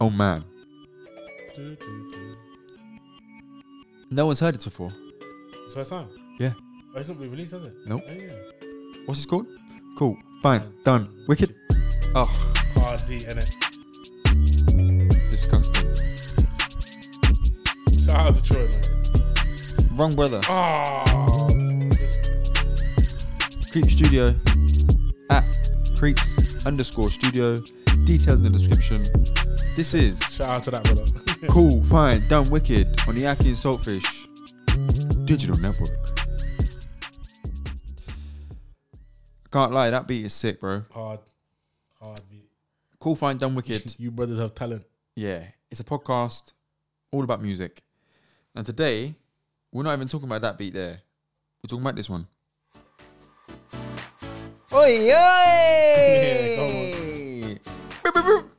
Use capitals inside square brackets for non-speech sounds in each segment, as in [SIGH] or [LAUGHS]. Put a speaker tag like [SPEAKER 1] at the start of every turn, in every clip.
[SPEAKER 1] Oh man. No one's heard it before.
[SPEAKER 2] It's the first time.
[SPEAKER 1] Yeah.
[SPEAKER 2] Oh, it's not been released, has it?
[SPEAKER 1] Nope.
[SPEAKER 2] Oh, yeah.
[SPEAKER 1] What's this called? Cool. Fine. Done. Wicked. Oh,
[SPEAKER 2] Hard beat in it.
[SPEAKER 1] disgusting.
[SPEAKER 2] Shout out to Troy, man.
[SPEAKER 1] Wrong brother.
[SPEAKER 2] Oh,
[SPEAKER 1] Creep Studio at creeps underscore studio. Details in the description. This is
[SPEAKER 2] shout out to that brother. [LAUGHS]
[SPEAKER 1] Cool, Fine, Done, Wicked on the Aki and Saltfish Digital Network. Can't lie, that beat is sick, bro.
[SPEAKER 2] Hard, hard beat.
[SPEAKER 1] Cool, Fine, Done, Wicked.
[SPEAKER 2] You brothers have talent.
[SPEAKER 1] Yeah, it's a podcast all about music. And today, we're not even talking about that beat there. We're talking about this one. [LAUGHS] Oi, oi!
[SPEAKER 2] Yeah, go
[SPEAKER 1] Boop, boop, boop. [LAUGHS]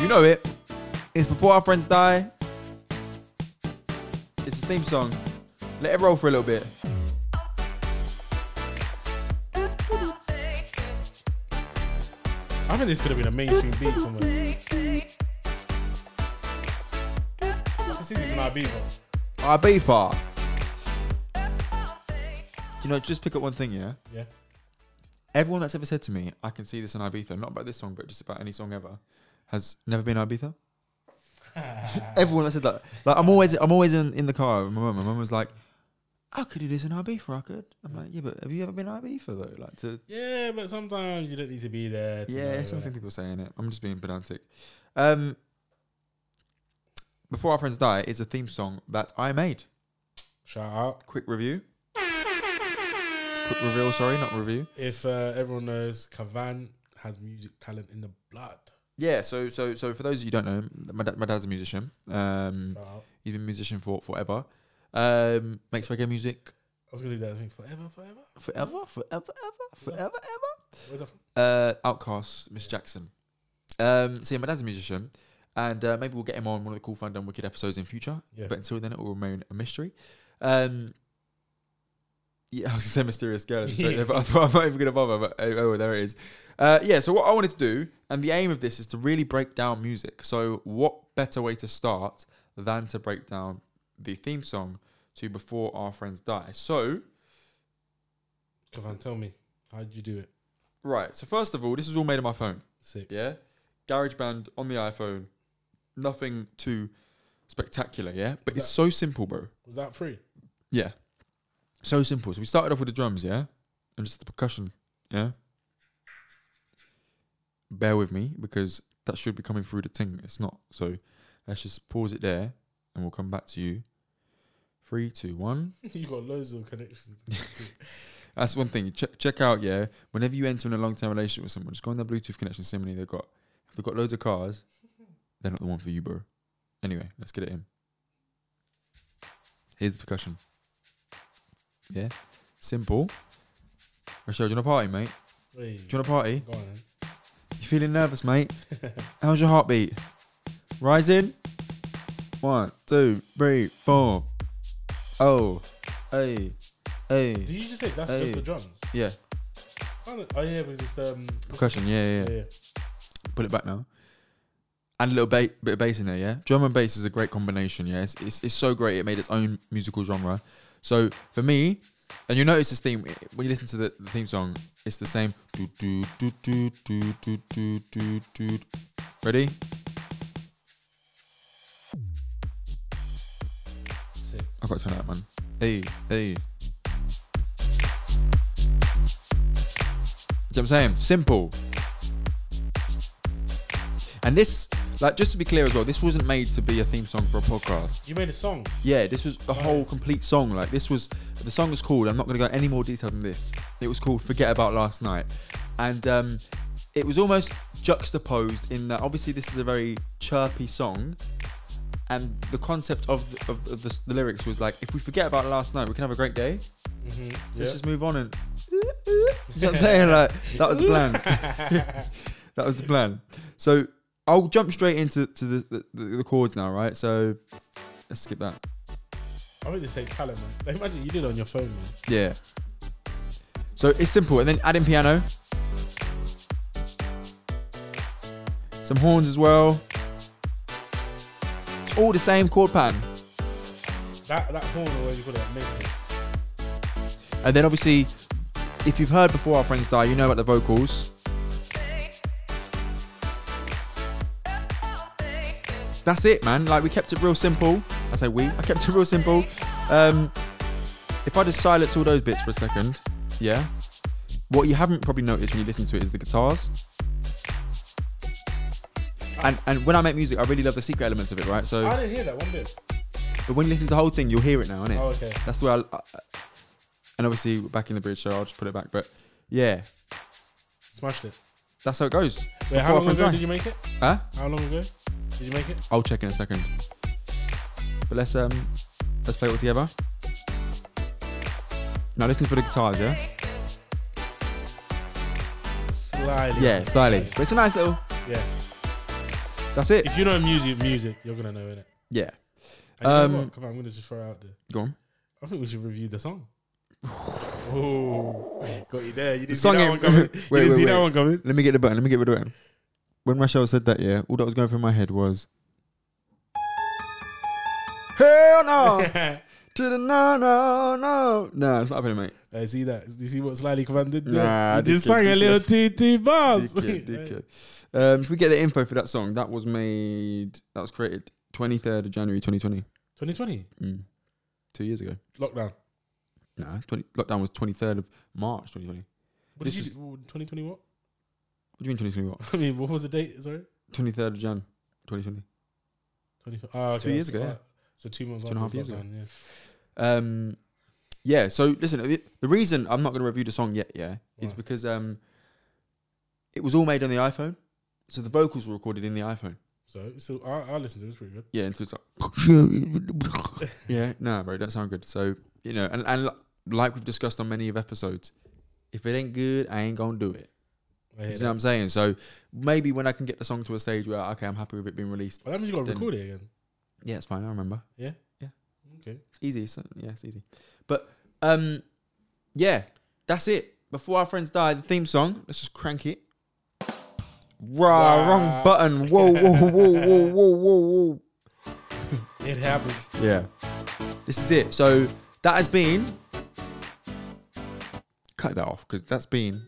[SPEAKER 1] You know it. It's Before Our Friends Die. It's the theme song. Let it roll for a little bit.
[SPEAKER 2] I think this could have been a mainstream beat somewhere. This is an IB, though.
[SPEAKER 1] I be far. You know, just pick up one thing, yeah?
[SPEAKER 2] Yeah.
[SPEAKER 1] Everyone that's ever said to me, I can see this on Ibiza, not about this song, but just about any song ever, has never been Ibiza. Everyone that said that, like I'm always, I'm always in, in the car with my mum. My mum was like, "I could do this in Ibiza, I could." I'm like, "Yeah, but have you ever been Ibiza though?" Like to,
[SPEAKER 2] [LAUGHS] Yeah, but sometimes you don't need to be there. To know
[SPEAKER 1] yeah,
[SPEAKER 2] that.
[SPEAKER 1] something people say in it. I'm just being pedantic. Um, Before our friends die is a theme song that I made.
[SPEAKER 2] Shout out.
[SPEAKER 1] Quick review, quick reveal. Sorry, not review.
[SPEAKER 2] If uh, everyone knows, Kavan has music talent in the blood.
[SPEAKER 1] Yeah, so so so for those of you who don't know, my, dad, my dad's a musician. Um,
[SPEAKER 2] Shout out.
[SPEAKER 1] He's been a musician for forever. Um, makes reggae music
[SPEAKER 2] I was gonna do that thing forever, forever.
[SPEAKER 1] forever, forever, ever, forever, ever.
[SPEAKER 2] Where's that from?
[SPEAKER 1] Uh, Outcast, Miss Jackson. Um, so yeah, my dad's a musician, and uh, maybe we'll get him on one of the Cool Fun Done Wicked episodes in future.
[SPEAKER 2] Yeah.
[SPEAKER 1] But until then, it will remain a mystery. Um, yeah, [LAUGHS] I was gonna say mysterious girl, [LAUGHS] but I thought I'm not even gonna bother. But oh, oh, there it is. Uh, yeah. So what I wanted to do, and the aim of this is to really break down music. So what better way to start than to break down the theme song to Before Our Friends Die? So
[SPEAKER 2] Kavan, tell me, how did you do it?
[SPEAKER 1] right. So first of all, this is all made on my phone.
[SPEAKER 2] Sick.
[SPEAKER 1] yeah garageband on the iphone nothing too spectacular yeah but it's so simple bro
[SPEAKER 2] Was that free? [LAUGHS]
[SPEAKER 1] yeah so simple so we started off with the drums yeah and just the percussion yeah bear with me because that should be coming through the thing it's not so let's just pause it there and we'll come back to you three two one
[SPEAKER 2] you got loads of connections.
[SPEAKER 1] That's one thing. Check check out, yeah. Whenever you enter in a long term relationship with someone, just go on their Bluetooth connection. See how many they've got. If they've got loads of cars, they're not the one for you, bro. Anyway, let's get it in. Here's the percussion. Yeah, simple. Rochelle, do you want a party, mate?
[SPEAKER 2] Wait,
[SPEAKER 1] Do you want a party?
[SPEAKER 2] go on. Then.
[SPEAKER 1] You feeling nervous, mate? How's your heartbeat? Rising? One, two, three, four. Oh, hey, hey.
[SPEAKER 2] Did you just say that's
[SPEAKER 1] Hey.
[SPEAKER 2] just the drums?
[SPEAKER 1] Yeah,
[SPEAKER 2] Sounded- Oh yeah, because it's um
[SPEAKER 1] percussion. Yeah, yeah, yeah.
[SPEAKER 2] Yeah, yeah.
[SPEAKER 1] pull it back now. And a little ba- bit of bass in there, yeah. Drum and bass is a great combination, yeah. It's, it's, it's so great. It made its own musical genre. So for me, and you notice this theme when you listen to the, the theme song, it's the same. Do, do, do, do, do, do, do, do, do. Ready?
[SPEAKER 2] Sick.
[SPEAKER 1] I've got to turn it up, man. Hey, hey. See what I'm saying? Simple. And this, like, just to be clear as well, this wasn't made to be a theme song for a podcast.
[SPEAKER 2] You made a song.
[SPEAKER 1] Yeah, this was a whole complete song. Like, this was the song was called. I'm not going to go any more detail than this. It was called "Forget About Last Night," and um, it was almost juxtaposed in that. Obviously, this is a very chirpy song, and the concept of of, of the, the lyrics was like, if we forget about last night, we can have a great day.
[SPEAKER 2] Mm-hmm.
[SPEAKER 1] Let's
[SPEAKER 2] [LAUGHS]
[SPEAKER 1] just move on and. [LAUGHS] You know what I'm saying? Like, that was the plan. that was the plan. So I'll jump straight into to the, the, the chords now, right? So let's skip that.
[SPEAKER 2] I think this takes talent, man. Like, imagine you did it on your phone, man.
[SPEAKER 1] Yeah. So it's simple, and then add in piano. some horns as well. All the same chord pattern.
[SPEAKER 2] That that horn or what you call it makes it.
[SPEAKER 1] And then obviously, if you've heard before our friends die, you know about the vocals. That's it, man. Like we kept it real simple. I say we. I kept it real simple. Um, if I just silence all those bits for a second, yeah. What you haven't probably noticed when you listen to it is the guitars. And and when I make music, I really love the secret elements of it, right? So,
[SPEAKER 2] I didn't hear that one bit.
[SPEAKER 1] but when you listen to the whole thing, you'll hear it now, innit?
[SPEAKER 2] Oh, okay.
[SPEAKER 1] That's where I, I. And obviously, we're back in the bridge, so I'll just put it back. But yeah,
[SPEAKER 2] Smashed it.
[SPEAKER 1] that's how it goes.
[SPEAKER 2] Wait,
[SPEAKER 1] Before
[SPEAKER 2] how
[SPEAKER 1] I
[SPEAKER 2] long
[SPEAKER 1] can
[SPEAKER 2] ago
[SPEAKER 1] die.
[SPEAKER 2] did you make it?
[SPEAKER 1] Huh?
[SPEAKER 2] How long ago did you make it?
[SPEAKER 1] I'll check in a second. But let's um, let's play it all together. Now listen for the guitars, yeah.
[SPEAKER 2] Slightly.
[SPEAKER 1] Yeah, slightly. But it's a nice little.
[SPEAKER 2] Yeah.
[SPEAKER 1] That's it.
[SPEAKER 2] If you know music, music, you're gonna know it.
[SPEAKER 1] Yeah.
[SPEAKER 2] Um,
[SPEAKER 1] Um,
[SPEAKER 2] Come on, I'm gonna just throw it out there.
[SPEAKER 1] Go on.
[SPEAKER 2] I think we should review the song. oh, got you there. You didn't
[SPEAKER 1] song
[SPEAKER 2] see that
[SPEAKER 1] ain't-
[SPEAKER 2] one [LAUGHS] coming.
[SPEAKER 1] Wait,
[SPEAKER 2] you didn't
[SPEAKER 1] wait,
[SPEAKER 2] see that
[SPEAKER 1] wait.
[SPEAKER 2] one [LAUGHS] coming.
[SPEAKER 1] Let me get the button. Let me get the button. When Rachel said that, yeah, all that was going through my head was. Hell
[SPEAKER 2] [LAUGHS]
[SPEAKER 1] no! to the no, no, no. No, it's not happening, mate.
[SPEAKER 2] I see that. Do you see what Slightly Command did? there?
[SPEAKER 1] Nah,
[SPEAKER 2] he just
[SPEAKER 1] dickhead,
[SPEAKER 2] sang a little
[SPEAKER 1] dickhead.
[SPEAKER 2] TT [LAUGHS] bars.
[SPEAKER 1] Dickhead, dickhead. Um, if we get the info for that song, that was made, that was created 23rd of January 2020.
[SPEAKER 2] 2020
[SPEAKER 1] Mm. Two years ago.
[SPEAKER 2] lockdown.
[SPEAKER 1] Nah, 20, lockdown was 23rd of March 2020. What
[SPEAKER 2] What
[SPEAKER 1] This
[SPEAKER 2] did you
[SPEAKER 1] was-
[SPEAKER 2] do? 2020 what?
[SPEAKER 1] do you mean 2020 what?
[SPEAKER 2] [LAUGHS] I mean, what was the date? Sorry,
[SPEAKER 1] 23rd of Jan 2020.
[SPEAKER 2] 20. Ah, okay.
[SPEAKER 1] Two years ago, yeah.
[SPEAKER 2] So two months.
[SPEAKER 1] Two and a half
[SPEAKER 2] after
[SPEAKER 1] years ago.
[SPEAKER 2] lockdown, yeah.
[SPEAKER 1] Um, yeah. So listen, the, the reason I'm not going to review the song yet, yeah, is
[SPEAKER 2] Why?
[SPEAKER 1] because um, it was all made on the iPhone, so the vocals were recorded in the iPhone.
[SPEAKER 2] So, so I, I listened to it. It's pretty good.
[SPEAKER 1] Yeah, and so it's
[SPEAKER 2] [LAUGHS]
[SPEAKER 1] like, yeah, no, bro, don't sound good. So you know, and and li- like we've discussed on many of episodes, if it ain't good, I ain't gonna do it.
[SPEAKER 2] I
[SPEAKER 1] Do
[SPEAKER 2] hear
[SPEAKER 1] you know what
[SPEAKER 2] that.
[SPEAKER 1] I'm saying? So maybe when I can get the song to a stage where okay, I'm happy with it being released.
[SPEAKER 2] Well, that means you got to
[SPEAKER 1] Then-
[SPEAKER 2] record it again.
[SPEAKER 1] Yeah, it's fine. I remember.
[SPEAKER 2] Okay.
[SPEAKER 1] It's easy. So, yeah, it's easy. But um, yeah, that's it. Before our friends die, the theme song. Let's just crank it. Rah,
[SPEAKER 2] Wow.
[SPEAKER 1] wrong button. Whoa, whoa, whoa, whoa, whoa, whoa, whoa.
[SPEAKER 2] It happens.
[SPEAKER 1] Yeah, this is it. So that has been. Cut that off because that's been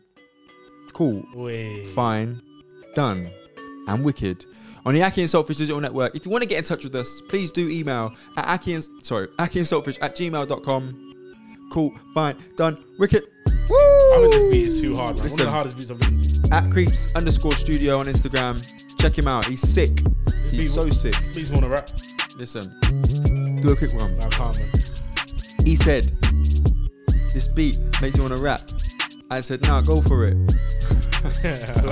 [SPEAKER 1] cool,
[SPEAKER 2] Wait.
[SPEAKER 1] fine, done, and wicked. On the Aki and Saltfish Digital Network. If you want to get in touch with us, please do email at Aki and sorry, Aki and Saltfish at gmail.com. Cool, fine, done, wicked. Woo!
[SPEAKER 2] I think this beat is too hard. man. One of
[SPEAKER 1] Listen.
[SPEAKER 2] the hardest beats I've listened to.
[SPEAKER 1] At creeps underscore studio on Instagram. Check him out. He's sick. He's so sick.
[SPEAKER 2] Please want to rap.
[SPEAKER 1] Listen. Do a quick one.
[SPEAKER 2] No, I can't, man. [LAUGHS]
[SPEAKER 1] He said, This beat makes you want to rap. I said, Nah, go for it.
[SPEAKER 2] I love it. I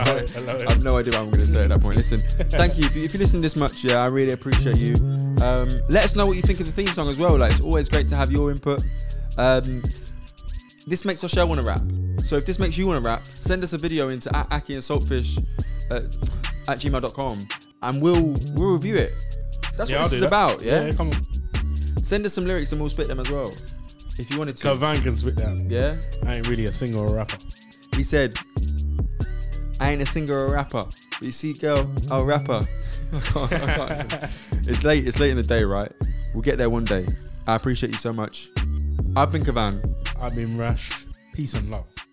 [SPEAKER 2] love
[SPEAKER 1] I have
[SPEAKER 2] it.
[SPEAKER 1] no idea what I'm going to say at that point. Listen, thank you. If you, if you listen this much, yeah, I really appreciate you. Um, let us know what you think of the theme song as well. Like, it's always great to have your input. Um, this makes our show want to rap. So if this makes you want to rap, send us a video into at Aki and Saltfish uh, at gmail.com and we'll we'll review it. That's
[SPEAKER 2] Yeah,
[SPEAKER 1] what
[SPEAKER 2] I'll
[SPEAKER 1] this
[SPEAKER 2] do
[SPEAKER 1] is
[SPEAKER 2] that.
[SPEAKER 1] about, yeah?
[SPEAKER 2] Yeah, come on.
[SPEAKER 1] Send us some lyrics and we'll spit them as well. If you wanted to.
[SPEAKER 2] Kavan can spit that.
[SPEAKER 1] Yeah?
[SPEAKER 2] I ain't really a singer or a
[SPEAKER 1] [LAUGHS]
[SPEAKER 2] rapper.
[SPEAKER 1] He said, I ain't a singer or rapper. But you see, girl, I'll rapper. [LAUGHS] I can't, I can't.
[SPEAKER 2] [LAUGHS]
[SPEAKER 1] It's late, it's late in the day, right? We'll get there one day. I appreciate you so much. I've been Kavan.
[SPEAKER 2] I've been rash. Peace and love.